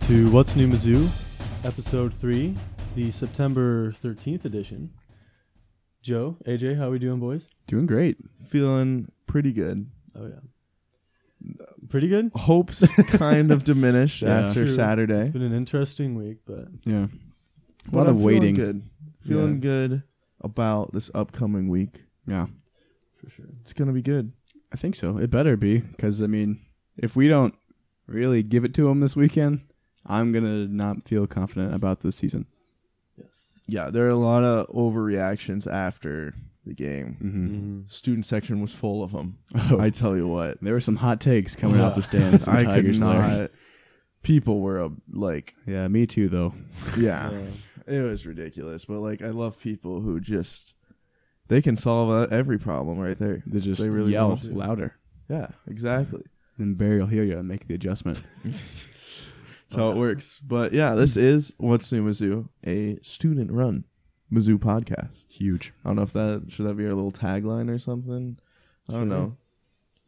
to What's New Mizzou, episode three, the September 13th edition. Joe, AJ, how we doing, boys? Doing great. Feeling pretty good. Oh, yeah. Pretty good? Hopes kind of diminished Yeah. after True. It's Saturday. been an interesting week, but Yeah. A But lot of I'm feeling waiting. Good. Feeling Yeah. good about this upcoming week. Yeah. for sure. It's gonna be good. I think so. It better be because I mean, if we don't really give it to them this weekend, I'm gonna not feel confident about this season. Yes. Yeah, there are a lot of overreactions after the game. Mm-hmm. Student section was full of them. Oh. I tell you what, There were some hot takes coming out the stands. and I could Tigers not. There. People were uh, like, Yeah, me too though. yeah, Yeah. it was ridiculous. But like, I love people who just they can solve uh, every problem right there. They just They really yell want to. louder. Yeah, exactly. Then Barry will hear you and make the adjustment. That's how it works. But yeah, this is What's New Mizzou, a student run Mizzou podcast. Huge. I don't know if that should that be our little tagline or something. I don't know.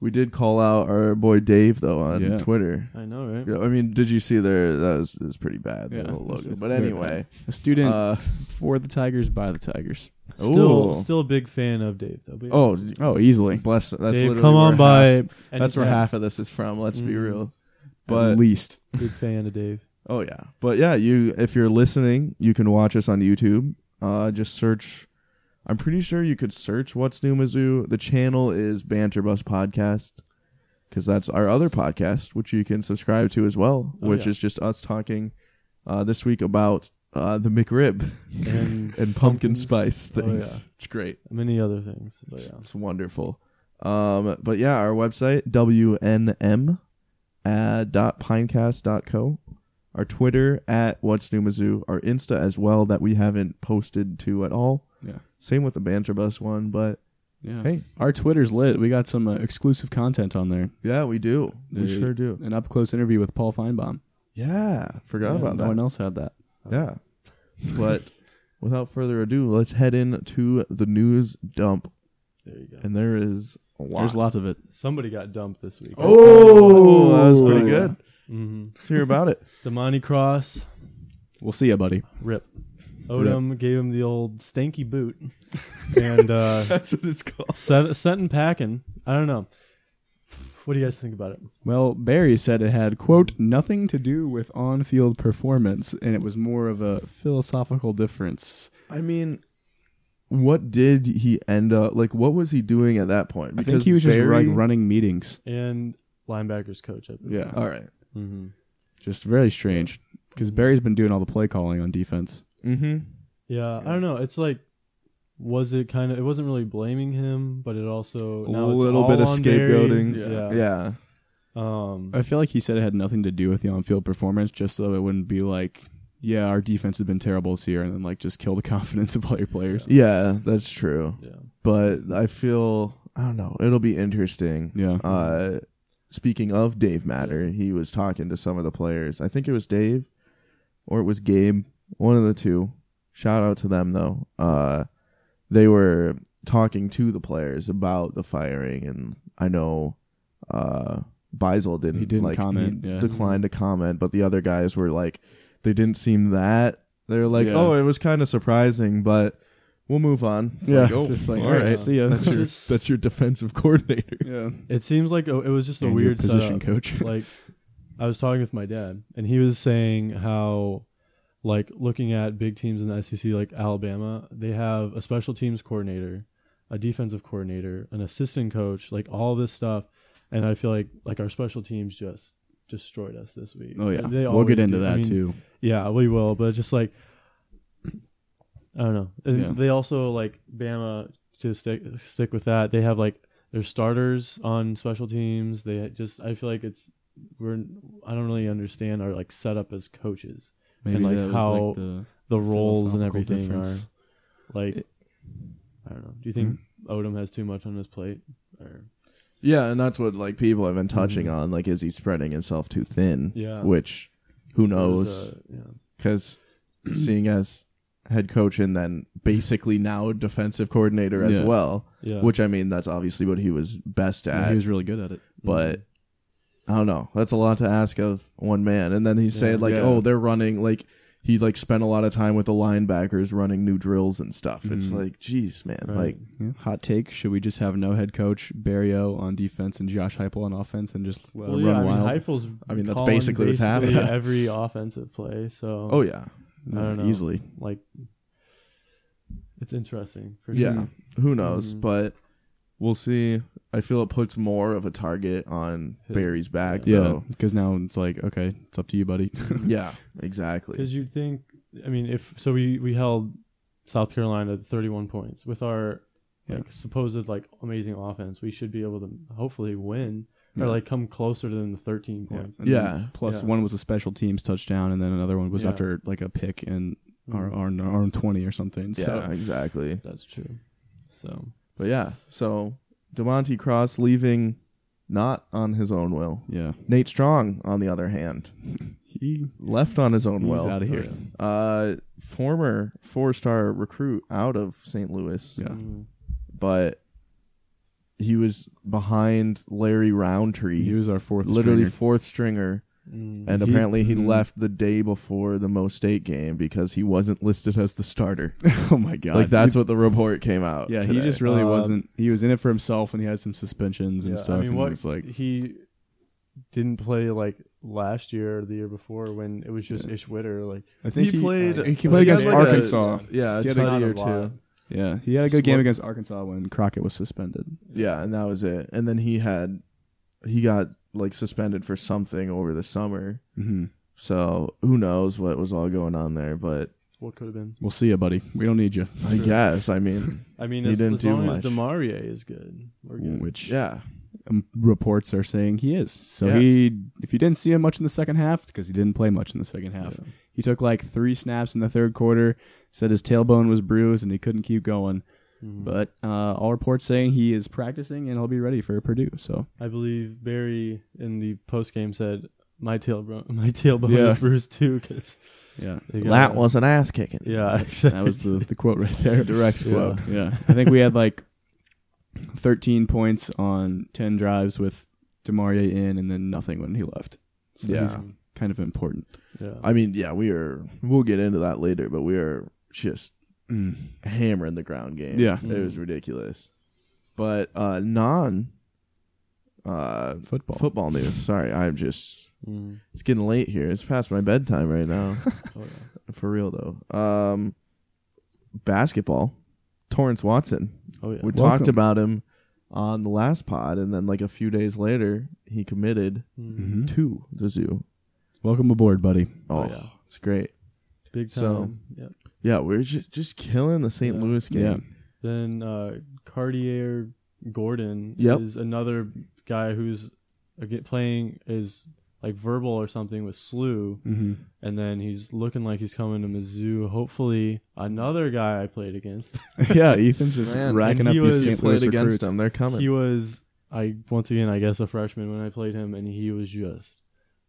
We did call out our boy Dave though on Yeah. Twitter. I know, right? Yeah, I mean, did you see there? That was, it was pretty bad. the Yeah, little it's- logo. it's but very anyway, A student uh, for the Tigers by the Tigers. Still, Ooh. still a big fan of Dave, though. Big- oh, Oh, easily. bless. That's Dave, literally come on where by. half- anytime. that's where half of this is from. Let's be Mhm. real. At But least. Big fan of Dave. Oh yeah, but yeah, you if you're listening, you can watch us on YouTube. Uh, just search. I'm pretty sure you could search "What's New Mizzou." The channel is Banter Bus Podcast because that's our other podcast, which you can subscribe to as well, Oh, which yeah. is just us talking uh, this week about uh, the McRib And and pumpkin Pumpkins. spice Oh, things. It's great. many other things. But yeah. It's wonderful. Um, but yeah, our website, WNM uh, dot pinecast dot co. Our Twitter at What's New Mizzou. Our Insta as well that we haven't posted to at all. Yeah. Same with the Banter Bus one, but Yeah. Hey. our Twitter's lit. We got some uh, exclusive content on there. yeah, we do. We Uh, sure do. An up close interview with Paul Feinbaum. Yeah. Forgot Yeah, about no that. one else had that. Yeah. But without further ado, let's head into the news dump. There you go. And there is a lot. There's lots of it. Somebody got dumped this week. Oh, that was pretty good. hmm Let's hear about it. Damani Cross, We'll see you, buddy. rip. Odom gave him the old stanky boot, and uh, That's what it's called. Sent, sent and packing. I don't know. What do you guys think about it? Well, Barry said it had, quote, nothing to do with on field performance, and it was more of a philosophical difference. I mean, what did he end up like? What was he doing at that point? I think he was just Barry- like running meetings. And linebackers coach. I believe. Yeah. All right. Mm-hmm. Just very strange because Barry's been doing all the play calling on defense. Mm-hmm. yeah. I don't know. It's like, was it kind of? It wasn't really blaming him, but it also A now it's little bit all of on Barry. scapegoating. Yeah. Yeah. Um. I feel like he said it had nothing to do with the on field performance, just so it wouldn't be like, yeah, our defense has been terrible this year, and then like just kill the confidence of all your players. Yeah, that's true. Yeah. But I feel I don't know. It'll be interesting. Yeah. Uh, speaking of Dave Matter, he was talking to some of the players. I think it was Dave, or it was Gabe. One of the two. Shout out to them though. Uh, they were talking to the players about the firing, and I know uh, Beisel didn't. He didn't like, comment, he yeah. Declined to comment, but the other guys were like, they didn't seem that. They were like, Yeah. oh, it was kind of surprising, but we'll move on. It's like, oh, just like, all all right, right. see ya. That's That's your, just- that's your defensive coordinator. yeah. It seems like a, it was just a And your weird setup. position coach. like, I was talking with my dad, and he was saying how, like, looking at big teams in the SEC, like Alabama, they have a special teams coordinator, a defensive coordinator, an assistant coach, like all this stuff, and I feel like like our special teams just destroyed us this week. Oh yeah, They we'll always get into do. I that mean, too. Yeah, we will, but just like. I don't know. And Yeah. They also like Bama to stick stick with that. They have like their starters on special teams. They just I feel like it's we're I don't really understand our like setup as coaches, Maybe like, that was how like the the roles and philosophical everything difference. are like It- I don't know. Do you think Hmm? Odom has too much on his plate? Or Yeah, and that's what like people have been touching on. Like, is he spreading himself too thin? Mm-hmm. Yeah. Which, who There's knows? a- yeah. Because seeing as head coach and then basically now defensive coordinator as Yeah. well. Yeah. Which I mean, that's obviously what he was best Yeah, at. mm-hmm. he was really good at it. but I don't know. That's a lot to ask of one man. And then he said like, Yeah. "Oh, they're running like he like spent a lot of time with the linebackers running new drills and stuff." It's Mm-hmm. like, "Jeez, man." Like, Yeah. Hot take: Should we just have no head coach Barrio on defense and Josh Heupel on offense and just uh, Well, run yeah, I mean, wild? Heupel's I mean, that's calling basically what's happening. every offensive play, so oh yeah. I don't know. Easily. like it's interesting for Yeah. sure. Who Mm-hmm. knows, but we'll see. I feel it puts more of a target on Who- Barry's back yeah, though. because now it's like okay, it's up to you, buddy. yeah, exactly. Because you'd think, I mean, if so, we we held South Carolina to 31 points with our Yeah. like supposed like amazing offense. We should be able to hopefully win or Yeah. like come closer to than the 13 points. And then Yeah. plus Yeah. one was a special teams touchdown, and then another one was Yeah. after like a pick and Mhm. our our, our own twenty or something. Yeah, So exactly. That's true. So But yeah, so Demonte Cross leaving not on his own will. yeah, Nate Strong, on the other hand, he left on his own he's will. out of here. Uh, former four-star recruit out of St. Louis, Yeah. mm, but he was behind Larry Roundtree, He was our fourth. literally stringer. fourth stringer, mm, and He- apparently he mhm. left the day before the Mo State game because he wasn't listed as the starter. oh my god! like that's what the report came out. yeah, he today. just really Uh, wasn't. He was in it for himself, and he had some suspensions and yeah, stuff. I mean, and what it's like he didn't play like last year or the year before when it was just Ish Witter. Like I he, think he, played. uh, he played against had like a- Arkansas. yeah, a He had not tutty a or lot. two. yeah, he had a good Smart. game against Arkansas when Crockett was suspended. Yeah, and that was it. And then he had he got like suspended for something over the summer. Mm-hmm. So who knows what was all going on there? But what could have been. We'll see you, buddy. We don't need you. I guess I mean, I mean, He as, didn't as do long as much. Demarie is good, we're good. Which yeah, um, reports are saying he is. So Yes. he, if you didn't see him much in the second half, it's because he didn't play much in the second half. He took like three snaps in the third quarter. Said his tailbone was bruised and he couldn't keep going. Mhm. But uh, all reports saying he is practicing and he'll be ready for Purdue. So I believe Barry in the post game said, "My tailbone, my tailbone Yeah. is bruised too." Because yeah, that was an ass kicking. yeah, exactly. that was the, the quote right there. Direct Yeah. quote. Yeah, I think we had like thirteen points on ten drives with Demarie in, and then nothing when he left. So Yeah. he's kind of important. Yeah. I mean, yeah, we are. We'll get into that later, but we are just mm, hammering the ground game. Yeah. it was ridiculous. But uh non uh Football. football news. Sorry, I'm just Mm. it's getting late here. It's past my bedtime right now. Oh, yeah. For real though. Um basketball. Torrance Watson. Oh, yeah. We Welcome. talked about him on the last pod and then like a few days later he committed Mm. Mm-hmm. Mhm. to the zoo. Welcome aboard, buddy. Oh, Oh, yeah. it's great. Big time. So- yeah. Yeah, we're just, just killing the St. Yeah. Louis game. Yeah. Then uh, Cartier Gordon Yep. is another guy who's aga playing is like verbal or something with Slew, Mm-hmm. and then he's looking like he's coming to Mizzou. Hopefully, another guy I played against. yeah, Ethan's just Man, racking and up he these was- St. Louis Played recruits. against them. They're coming. he was I once again I guess a freshman when I played him and he was just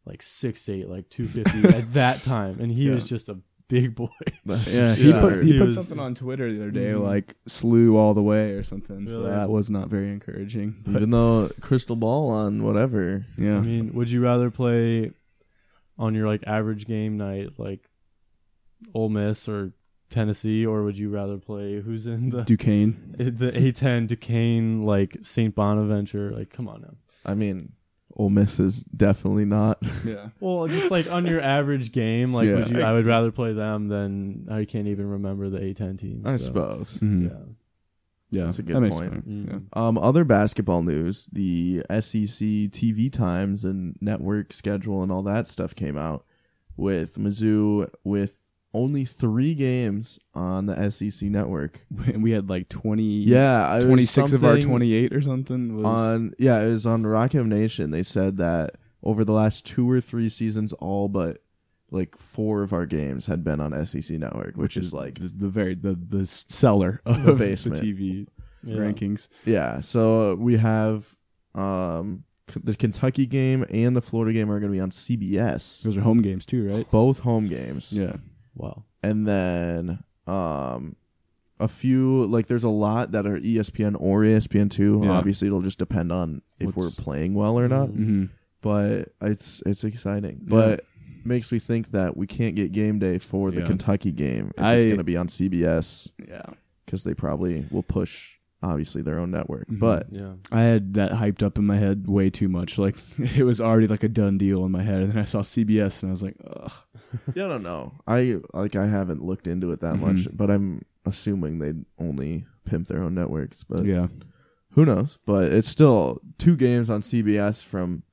like six eight like two fifty at that time and he was just a big boy. Yeah, just he absurd. put, he He put was- something on Twitter the other day Mhm. like slew all the way or something. So Really? that was not very encouraging. But even though crystal ball on whatever. yeah, I mean, would you rather play on your like average game night like Ole Miss or Tennessee or would you rather play who's in the Duquesne. the A ten Duquesne like Saint Bonaventure like come on now. I mean, Ole Miss is definitely not. Yeah, Well, just like on your average game, like would Yeah. you, I would rather play them than I can't even remember the A ten teams. I so, suppose. Yeah. Mm-hmm. yeah, That's a good that makes point. sense. Mm. Yeah. Um, other basketball news: the E SEC TV times and network schedule and all that stuff came out with Mizzou with only three games on the SEC network. And we had like twenty. Yeah, I was 26 of our something 28 or something was on. Yeah, it was on Rockham Nation. They said that over the last two or three seasons, all but like four of our games had been on SEC network, which is like the, the very the the seller of The the, basement. TV Yeah. rankings. Yeah, so uh, we have um K- the Kentucky game and the Florida game are going to be on CBS. Those are home games too, right? Both home games. Yeah, Wow. And then um a few like there's a lot that are E ESPN or ESPN2. Yeah. Obviously it'll just depend on if What's- we're playing well or not. mm-hmm. but it's it's exciting. But makes me think that we can't get game day for the Yeah. Kentucky game if I- it's going to be on CBS Yeah. because they probably will push obviously their own network. Mm-hmm. But Yeah. I had that hyped up in my head way too much. Like it was already like a done deal in my head, and then I saw CBS, and I was like, ugh. yeah, I don't know. I like I haven't looked into it Mm-hmm. that much, but I'm assuming they only pimp their own networks. But Yeah. who knows? But it's still two games on CBS from.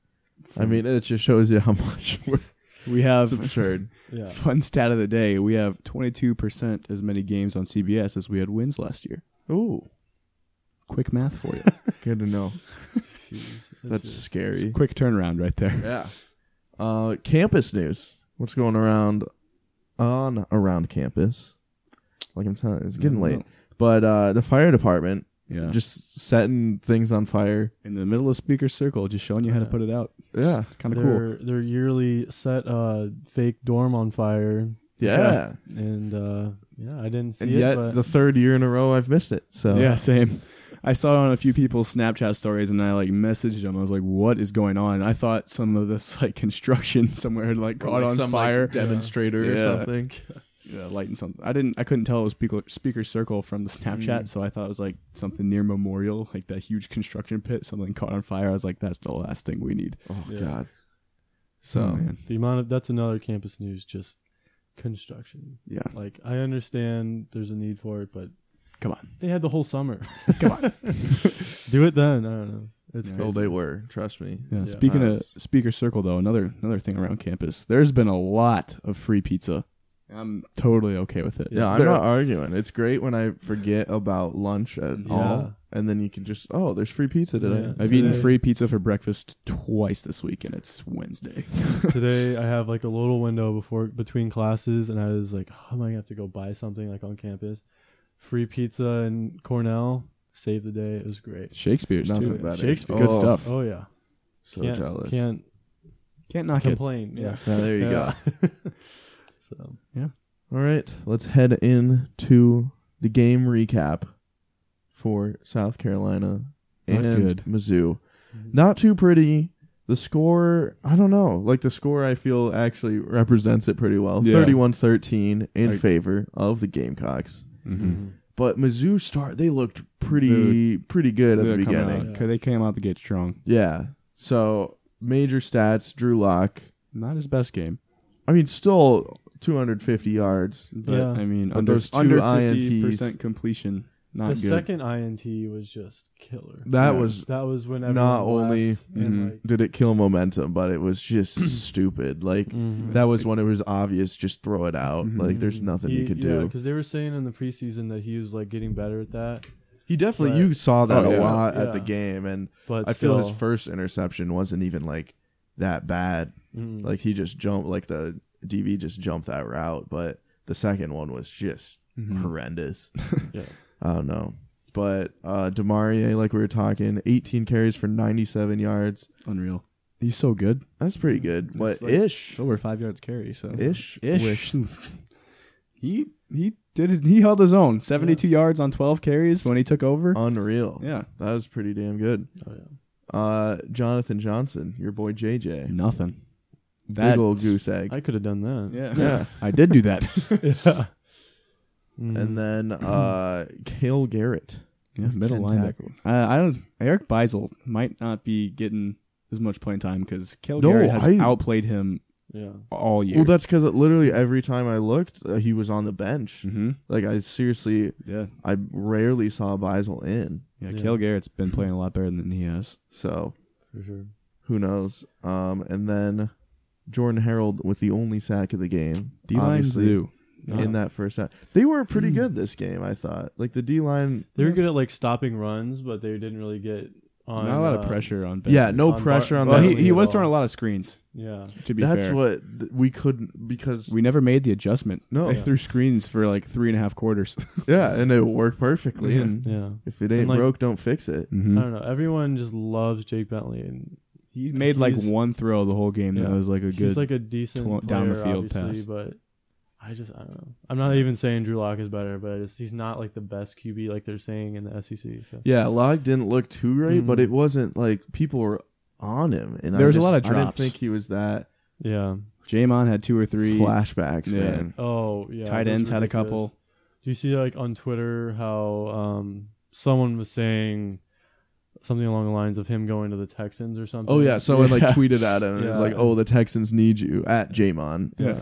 I mean, it just shows you how much we're We have it's absurd. Yeah. fun stat of the day. We have 22% as many games on CBS as we had wins last year. Ooh, Quick math for you. good to know. Jeez. That's just- It's a scary. quick turnaround right there. Yeah. Uh, campus news. What's going around on around campus? Like I'm telling, it's getting No, late. no. But uh, the fire department Yeah. Just just setting things on fire. in the middle of speaker circle, just showing you how to Yeah. put it out. Yeah. It's kind of cool. their their yearly set uh fake dorm on fire Yeah. and uh yeah I didn't see And it yet, but the third year in a row, I've missed it. So Yeah, same. I saw it on a few people's Snapchat stories and I like messaged them. I was like, what is going on? I thought some of this like construction somewhere had like Or, caught like, on some, like, fire. demonstrator or Yeah. something. yeah, lighting something. I didn't. I couldn't tell it was speaker, speaker circle from the Mm. Snapchat, so I thought it was like something near Memorial, like that huge construction pit. Something caught on fire. I was like, that's the last thing we need. Oh Yeah. God. So man, the amount of that's another campus news just construction yeah, like I understand there's a need for it but come on, they had the whole summer come on. do it then I don't know it's Yeah. well, crazy they were. Trust me. Yeah, Yeah. speaking of Nice. speaker circle, though, another another thing around campus. There's been a lot of free pizza. I'm totally okay with it. Yeah, I'm There- not arguing. It's great when I forget about lunch at Yeah. all, and then you can just oh, there's free pizza today. Yeah. I've eaten Today- free pizza for breakfast twice this week, and it's Wednesday. today I have like a little window before between classes, and I was like, oh, am I gonna have to go buy something like on campus? Free pizza and Cornell saved the day. It was great. Shakespeare's Nothing too. better. Shakespeare. Good Oh, stuff. Oh yeah, So can't, jealous. Can't Can't knock it. complain. Yeah. Now, there you go. Yeah. so All right, let's head into the game recap for South Carolina Not and good. Mm-hmm. Mizzou. Not too pretty. The score, I don't know. Like the score, I feel actually represents it pretty well. Yeah. 31 13 in Like- favor of the Gamecocks. Mm-hmm. But Mizzou start, they looked pretty pretty good at the They're coming beginning. out- 'cause they came out the gate strong. Yeah. So major stats, Drew Lock. Not his best game, I mean, still 250 yards. but Yeah. I mean, But under, those two under INTs. percent completion, the not good. second INT was just killer. That Yeah. was That was when everyone Not blast only- Mm-hmm. and, like, did it kill momentum, but it was just stupid. Like Mm. Mm-hmm. that was when it was obvious. Just throw it out. Mm-hmm. Like there's nothing you could do. because they were saying in the preseason that he was like getting better at that, He definitely But- you saw that Oh, a yeah. lot at Yeah. the game, and but I feel his still- first interception wasn't even like that bad. Mm. Like he just jumped, like the DB just jumped that route, but the second one was just Mm-hmm. horrendous. Mm-hmm. Yeah. I don't know. But uh Demarie, like we were talking, 18 carries for 97 yards. Unreal. He's so good. That's pretty Mm. good. But That's like- ish, It's over five yards carry. So ish, with- ish. he he did it. He held his own. Seventy two yards on twelve carries when he took over. unreal. Um, yeah, That was pretty damn good. Oh, Uh Jonathan Johnson, your boy JJ. nothing. That Big old goose egg. I could have done that. Yeah, Yeah. I did do that. Yeah. Mm-hmm. And then uh Cale Garrett. yeah, middle Ten linebacker. tackles. Uh, I don't. Eric Beisel might not be getting as much playing time because Cale No, Garrett has I- outplayed him yeah. all year. Well, that's because literally every time I looked, uh, he was on the bench. mm-hmm. Like I seriously, Yeah. I rarely saw Beisel in. Yeah, Yeah. Cale Garrett's been playing a lot better than he has. So For sure. who knows? Um, and then Jordan Harold with the only sack of the game, D line obviously, zoo. in that first half. They were pretty Hmm. good this game, I thought. Like the D line, They were good at like stopping runs, but they didn't really get on. Not a lot of uh, pressure on Ben. yeah, no on pressure Bar- on Well, that. he, he at was all. throwing a lot of screens. Yeah, To be That's fair, what th- we couldn't because we never made the adjustment. No. they Yeah. threw screens for like three and a half quarters. yeah, and it worked perfectly. Yeah. And yeah. if it ain't And, like- broke, don't fix it. I don't know. Everyone just loves Jake Bentley, and He made like He's- one throw the whole game that Yeah. was like a he's good. like a decent tw- down the field pass. But I just I don't know. I'm not even saying Drew Lock is better, but I just, he's not like the best QB like they're saying in the SEC. So Yeah, Log didn't look too great, but it wasn't like people were on him. And I Mm-hmm. There was a just- lot of I didn't drops. think he was that Yeah. Jamon had two or three. flashbacks, Yeah. man. Oh yeah. Tight that's ends had a ridiculous. couple. Do you see like on Twitter how um, someone was saying something along the lines of him going to the Texans or something? Oh yeah, someone like Yeah. tweeted at him and it's Yeah. like, "Oh, the Texans need you at Jamon." Yeah.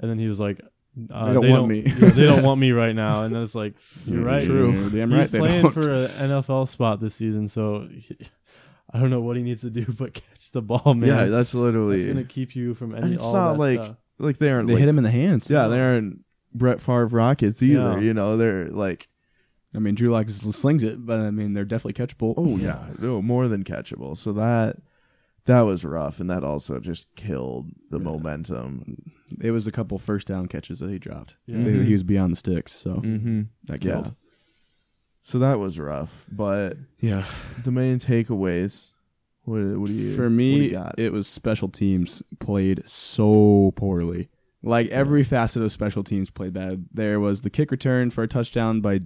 And then he was like, uh, They don't want me. yeah, they don't want me right now. And then it's like, you're right. True. He's Damn right they playing don't. for an NFL spot this season, so he, I don't know what he needs to do, but catch the ball, man. Yeah, that's literally. That's gonna keep you from any. and it's all not that like stuff. like they aren't They like, hit him in the hands. Yeah, they aren't Brett Favre Rockets either. Yeah. You know, they're like, I mean, Drew Lock slings it, but I mean, they're definitely catchable. oh yeah, no, more than catchable. So that that was rough, and that also just killed the momentum. it was a couple first down catches that he dropped. Yeah. They- He was beyond the sticks, so Mm-hmm. that Yeah. killed. So that was rough. But Yeah. the main takeaways. What, what do you For what do you me, got? it was special teams played so poorly. Like every facet of special teams played bad. There was the kick return for a touchdown by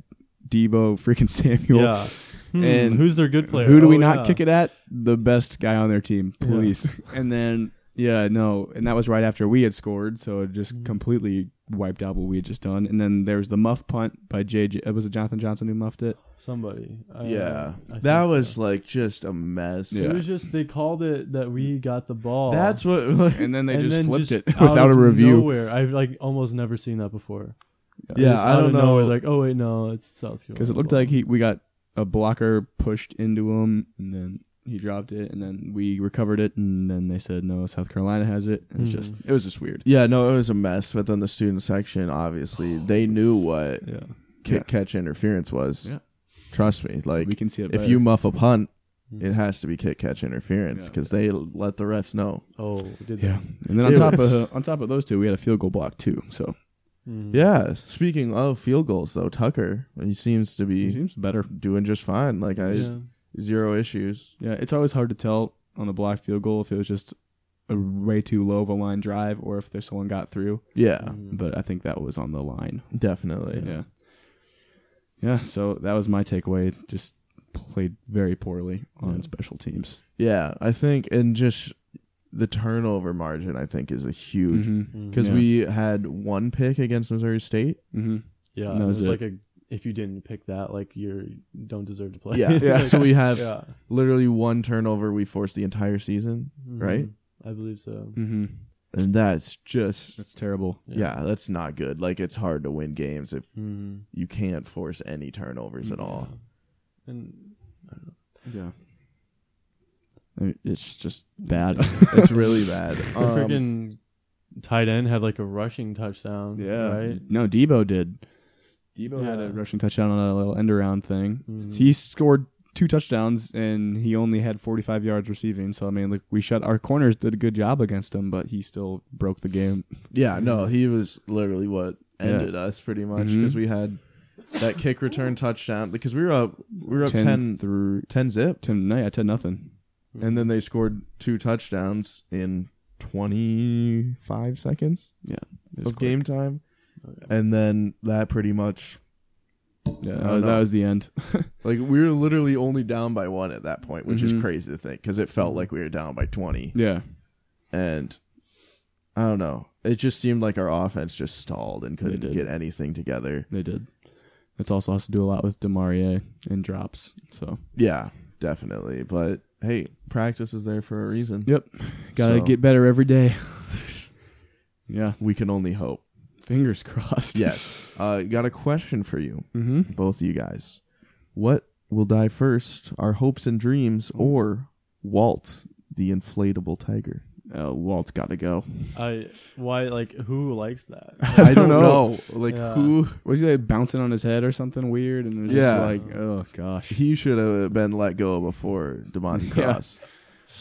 Debo freaking Samuel. Yeah. Hmm, and who's their good player? Who do we Oh, not yeah. kick it at? The best guy on their team, please. and then yeah, no, and that was right after we had scored, so it just Mm-hmm. completely wiped out what we had just done. And then there was the muff punt by JJ. uh, Was it Jonathan Johnson who muffed it? Somebody. I- yeah, uh, I think that so. was like just a mess. It was just they called it that we got the ball. That's what. And then they And just then flipped it just out without a of review. Nowhere. I've like almost never seen that before. yeah, Just I out don't of know. nowhere, like, oh wait, no, it's South Carolina. because it looked like he we got a blocker pushed into him and then he dropped it and then we recovered it and then they said no South Carolina has it Hmm. and it's just it was just weird yeah, no, it was a mess. But then the student section, obviously, they knew what yeah, kick catch interference was. Yeah. Trust me, like we can see it if better. you muff a punt, it has to be kick catch interference Mm-hmm. Yeah. because they let the refs know. oh, did yeah yeah, and then on It top was- of on top of those two we had a field goal block too so Mm-hmm. Mm-hmm. Yeah. Speaking of field goals, though, Tucker he seems to Hmm. he be seems better doing just fine. Like I yeah. zero issues. yeah it's always hard to tell on a blocked field goal if it was just a way too low of a line drive or if there's someone got through Yeah, Hmm. but I think that was on the line definitely. Mm-hmm. yeah yeah so that was my takeaway just played very poorly on special teams Yeah, I think, and just the turnover margin, I think, is a Mm-hmm. huge because Yeah. we had one pick against Missouri State. mm-hmm. yeah. That and it was was it. like a if you didn't pick that, like you're you don't deserve to play. Yeah, yeah. Like, so we have yeah. literally one turnover we forced the entire season, Mm-hmm. right? Mm. I believe so. Mm-hmm. And that's just That's terrible. yeah. that's not good. Like it's hard to win games if hmm you can't force any turnovers at all. And Yeah. It's just bad. It's really bad. the Um, freaking tight end had like a rushing touchdown. right. No, Debo did. Debo had Yeah. a rushing touchdown on a little end around thing. Mm-hmm. Mhm. He scored two touchdowns and he only had 45 yards receiving. So I mean, like we shut our corners did a good job against him, but he still broke the game. yeah, no, he was literally what ended us pretty much Mhm. because we had that kick return touchdown because we were up we were up 10, 10 through 10 zip 10 no, yeah, 10 nothing. and then they scored two touchdowns in 25 seconds Yeah. It was of game time and then that pretty much quick. Yeah, don't that know. was the end. Like we were literally only down by one at that point, which is crazy to think because it felt like we were down by twenty, yeah. and I don't know. It just seemed like our offense just stalled and couldn't did. get anything together. They did. It's also has to do a lot with Demarie and drops. So Yeah, definitely. But hey, practice is there for a reason. yep, gotta So- get better every day. yeah, We can only hope. fingers crossed. Yes. uh, got a question for you, hmm both of you guys. What will die first, our hopes and dreams, or Walt, the inflatable tiger? Uh, Walt's got to go. I why like who likes that? I don't know. Like Yeah. who Was he like bouncing on his head or something weird? And it was just Yeah. like, oh gosh. he should have been let go before Demonte Yeah. Cross.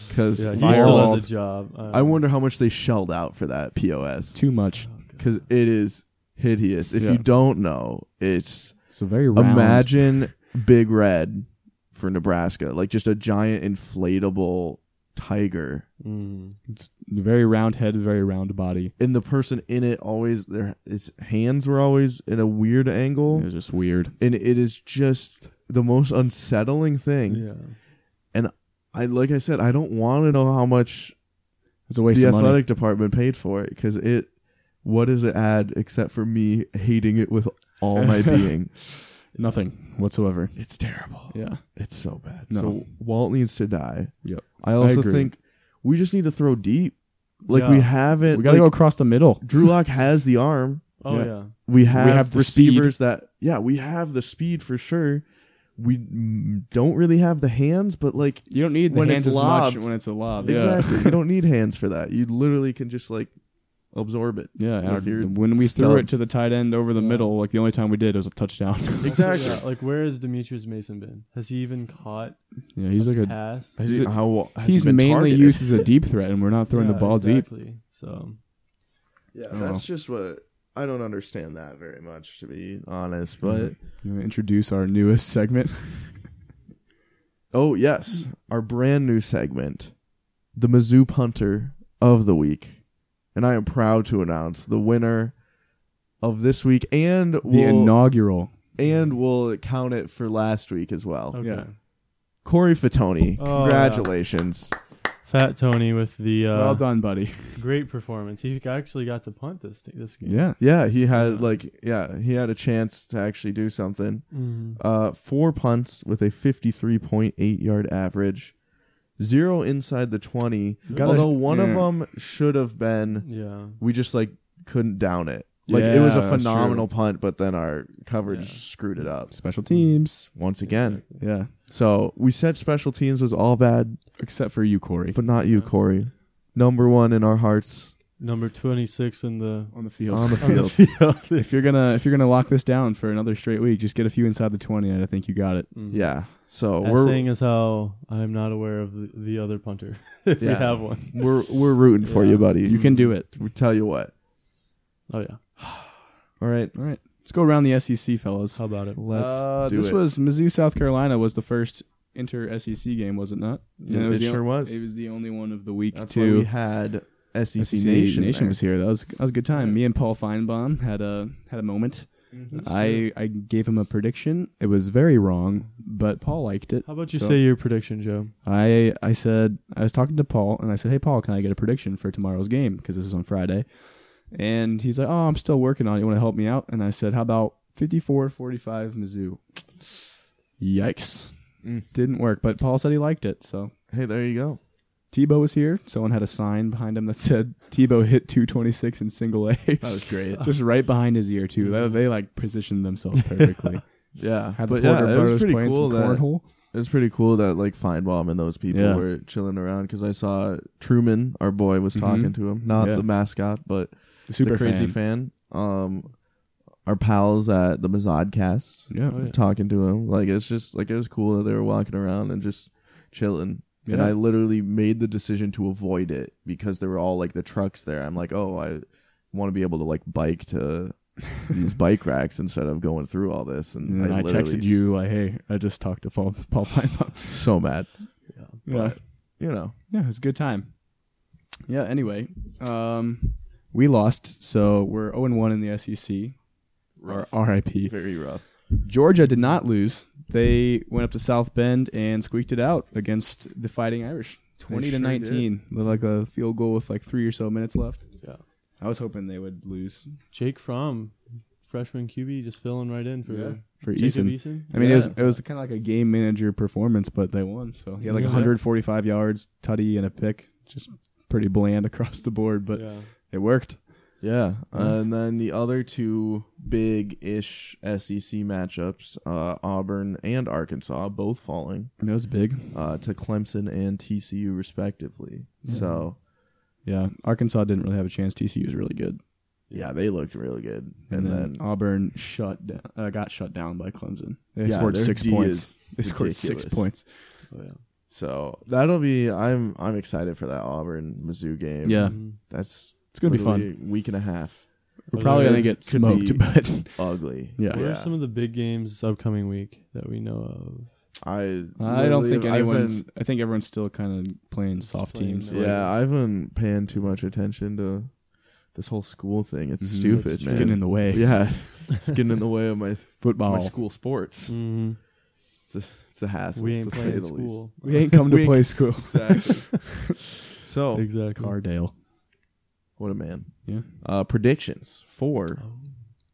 Because Yeah, he still has Firewald, a job. Um, I wonder how much they shelled out for that POS Too much. because it is hideous. If Yeah. you don't know, it's It's a very round. imagine Big Red for Nebraska, like just a giant inflatable tiger, Mm. It's very round head, very round body. and the person in it always their its hands were always in a weird angle, It was just weird. and it is just the most unsettling thing. Yeah. I like I said, I don't want to know how much It's a waste the of athletic money. department paid for it because it. What does it add except for me hating it with all my being? Nothing whatsoever. It's terrible. Yeah. It's so bad. No. So Walt needs to die. Yep. I also agree. think we just need to throw deep. Like we Yeah. haven't. We gotta go like, across the middle. Drew Lock has the arm. Oh Yeah. yeah. We have, have the receivers that. Yeah, we have the speed for sure. We mm, don't really have the hands, but like You don't need the When hands it's as much lobbed. when it's a lob. exactly, you don't need hands for that. You literally can just like absorb it. Yeah. Yeah. With our- your when we threw it stubs. to the tight end over the Yeah. middle, like the only time we did was a touchdown. Exactly. Yeah, like where has Demetrius Mason been? Has he even caught yeah, he's like a pass? Has he, how has he he's been mainly targeted? used as a deep threat, and we're not throwing Yeah, the ball deep. exactly. So Yeah, Oh, that's just what I don't understand that very much to be honest. Mm-hmm. But You wanna introduce our newest segment. oh yes, our brand new segment, the Mizzou punter of the week, and I am proud to announce the winner of this week, and The we'll inaugural. and we'll count it for last week as well. okay. Yeah. Corey Fatoni, Oh, yeah. congratulations! Fat Tony with the uh, well done, buddy. great performance. He actually got to punt this this game. Yeah. Yeah, he had like yeah, he had a chance to actually do something. Mhm. Uh, four punts with a 53.8 yard average, zero inside the 20. Gotta- although one of yeah. them should have been, Yeah. we just like couldn't down it. Like it was a Yeah, that's true. phenomenal punt, but then our coverage Yeah. screwed it up Special teams. once again. Yeah. So we said special teams was all bad, Except for you, Corey. but not you, Corey. Number one in our hearts Number twenty six in the on the field. on the field. if you're gonna if you're gonna lock this down for another straight week, just get a few inside the twenty, and I think you got it. yeah. So That we're saying is how I'm not aware of the, the other punter if we Yeah. have one. we're we're rooting for Yeah. you, buddy. You can do it. We tell you what. Oh yeah, All right, All right, let's go around the SEC, fellas. how about it? let's Uh, do this it. was Mizzou, South Carolina was the first inter SEC game, was it not? Yeah, And it was the sure on- was. It was the only one of the week That's why we too. had SEC, SEC Nation. E Nation, was here. That was that was a good time. Me and Paul Feinbaum had a had a moment. I I gave him a prediction. It was very wrong, but Paul liked it. How about you So- say your prediction, Joe? I I said I was talking to Paul and I said, "Hey Paul, can I get a prediction for tomorrow's game because this is on Friday?" And he's like, "Oh, I'm still working on it. You want to help me out?" And I said, "How about 54-45 Mizzou?" Yikes. Mm. Didn't work, but Paul said he liked it. So, Hey, there you go. Tebow was here. Someone had a sign behind him that said Tebow hit 226 in single A. That was great. Just right behind his ear too. They, they like positioned themselves perfectly. yeah, Had the but Porter yeah, it Brothers was pretty playing cool some that cornhole. it was pretty cool that like Feinbaum and those people Yeah. were chilling around because I saw Truman, our boy, was talking to him. Not Mm-hmm. Yeah. the mascot, but The super the crazy fan. fan. Um, our pals at the Mazodcast Yeah. Oh, yeah. talking to him. Like it's just like it was cool that they were walking around and just chilling. And Yeah. I literally made the decision to avoid it because there were all like the trucks there. I'm like, oh, I want to be able to like bike to these bike racks instead of going through all this. And, And then I, literally- texted you like, "Hey, I just talked to Paul Paul Feinbaum." so mad. yeah, You know, yeah, it was a good time. Yeah. Anyway, um, we lost, so we're zero and one in the E SEC. Or rough. RIP. very rough. Georgia did not lose. They went up to South Bend and squeaked it out against the Fighting Irish, twenty sure to nineteen. Looked Like a field goal with like three or so minutes left. Yeah. I was hoping they would lose Jake Fromm, freshman QB, just filling right in for Yeah. for Jacob Eason. Eason. I mean, it was Yeah. it was kind of like a game manager performance, but they won. So he had like Yeah. 145 yards, tutty, and a pick. Just pretty bland across the board, but yeah. it worked. Yeah. and then the other two big ish SEC matchups uh, Auburn and Arkansas, both falling And It was big. uh, to Clemson and TCU, respectively. So, Yeah, Arkansas didn't really have a chance. TCU was really good, yeah, they looked really good. and, And, then, then, Auburn shut down, uh, got shut down by Clemson. They Yeah, scored their six D points. is They scored six ridiculous. points. Oh, yeah. so that'll be. I'm I'm excited for that Auburn Mizzou game. Yeah, Mhm. that's it's gonna be literally fun. a Week and a half, We're probably gonna It get could be- smoked, but ugly. Yeah. What are some of the big games this upcoming week that we know of? I I don't think literally- I've anyone's. been- I think everyone's still kind of playing soft playing teams. the- like- yeah, I haven't paying too much attention to this whole school thing. It's Mhm. stupid. It's man. getting in the way. yeah, it's getting in the way of my Football. my school sports. Mhm. It's a, it's a hassle. Mm. we ain't to playing say the school. We ain't come to We- play school. least. Exactly. Oh. so Exactly. Cardale. what a man. Yeah. Uh, predictions for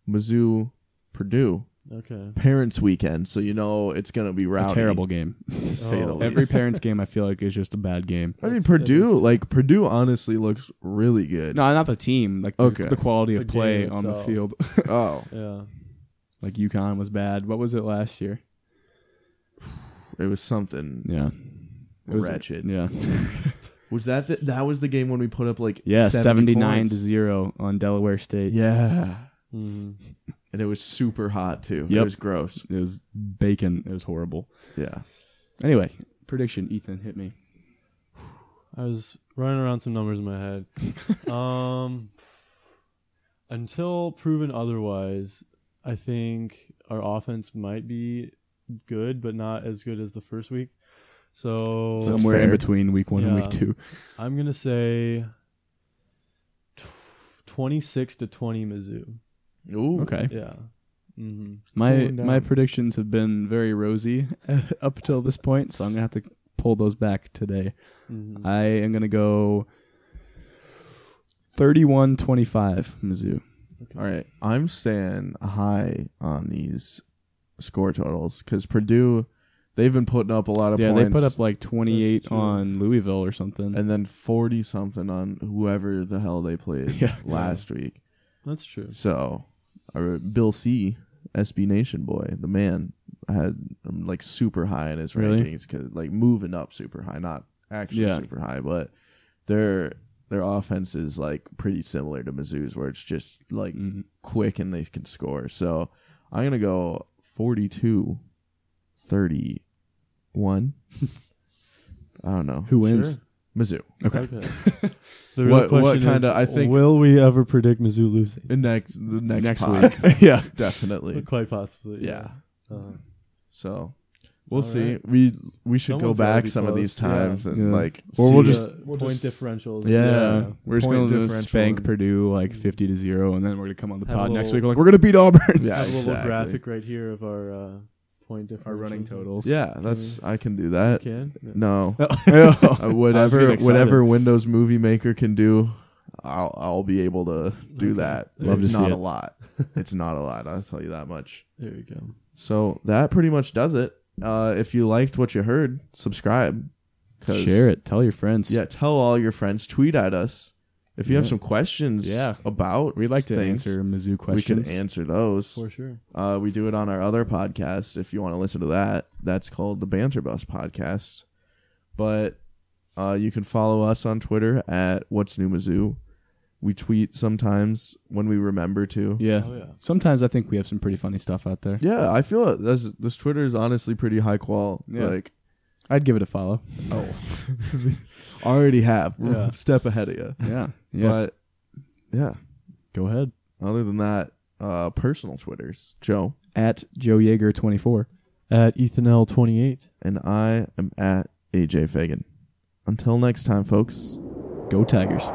Mizzou Purdue Oh. Okay. Parents Weekend. So you know it's gonna be A rowdy. terrible game. to say the Oh. least. Every parents game I feel like is just a bad game. I mean That's- Purdue, that is- like Purdue, honestly looks really good. No, not the team. Like the, Okay. the quality of The play game on the itself. field. Oh, Yeah. like UConn was bad. What was it last year? it was something Yeah. It was- wretched. Yeah. Was that the, that was the game when we put up like Yeah, 70 79 points? to 0 on Delaware State. yeah, Mhm. and it was super hot too. It Yep. was gross. It was bacon. It was horrible. Yeah, Anyway, prediction Ethan hit me. I was running around some numbers in my head. um, until proven otherwise, I think our offense might be good, but not as good as the first week. So That's Somewhere in fair. between week 1 and Yeah. week 2. I'm gonna say tw- 26 to 20 Mizzou. Ooh, Okay. Yeah. hmm My Cooling down. my predictions have been very rosy up till this point, so I'm going to have to pull those back today. hmm I am going to go 31-25 Mizzou. All right, I'm staying high on these score totals because Purdue, they've been putting up a lot of Yeah, points. they put up like 28 That's true. on Louisville or something. and then forty something on whoever the hell they played Yeah. last week. That's true. So, our Bill C, SB Nation boy, the man, had um, like super high in his Really? rankings 'cause rankings, cause like moving up super high, not actually Yeah. super high, but their their offense is like pretty similar to Mizzou's, where it's just like Mhm. quick and they can score. So I'm gonna go 42, 31. I don't know. Who wins? Sure. Mizzou. Okay. The real What- what question kinda- is, I think- will we ever predict Mizzou losing? And next the next, Next pod, week. yeah. definitely. Quite possibly. Yeah. Uh, So we'll All see. right. We we should Someone's go gotta back be some of close. these times Yeah. and Yeah. like Or we'll see- just- the we'll point just- differentials. yeah. Yeah. We're just Point going to differential spank and- Purdue like 50 to 0 and then we're going to come on the Have a pod next little- week we're like we're going to beat Auburn. yeah I have a little exactly. graphic right here of our uh, point differentials. Our running totals. Yeah, that's I can do that. Can? Yeah. No, Uh, Yeah. whatever getting excited. whatever Windows Movie Maker can do, I'll I'll be able to do that. Love to it's see not it. a lot. It's not a lot. I'll tell you that much. There you go. So that pretty much does it. Uh, if you liked what you heard, subscribe. 'cause- Share it. Tell your friends. Yeah, tell all your friends. Tweet at us if you have some questions. Yeah. about We'd like to things, answer Mizzou We can questions. answer those. For sure. Uh, we do it on our other podcast. If you want to listen to that, that's called the Banter Bus Podcast. But uh, you can follow us on Twitter at What's New Mizzou. We tweet sometimes when we remember to. yeah. Oh, yeah. Sometimes I think we have some pretty funny stuff out there. Yeah, I feel it. This, this Twitter is honestly pretty high qual. Yeah. Like, I'd give it a follow. oh, already have. We're Yeah. a step ahead of you. Yeah. Yeah. But yeah, Go ahead. other than that, uh, personal Twitters, Joe, At Joe Yeager 24. At Ethan L28. and I am at AJ Fagan. Until next time, folks. Go Tigers.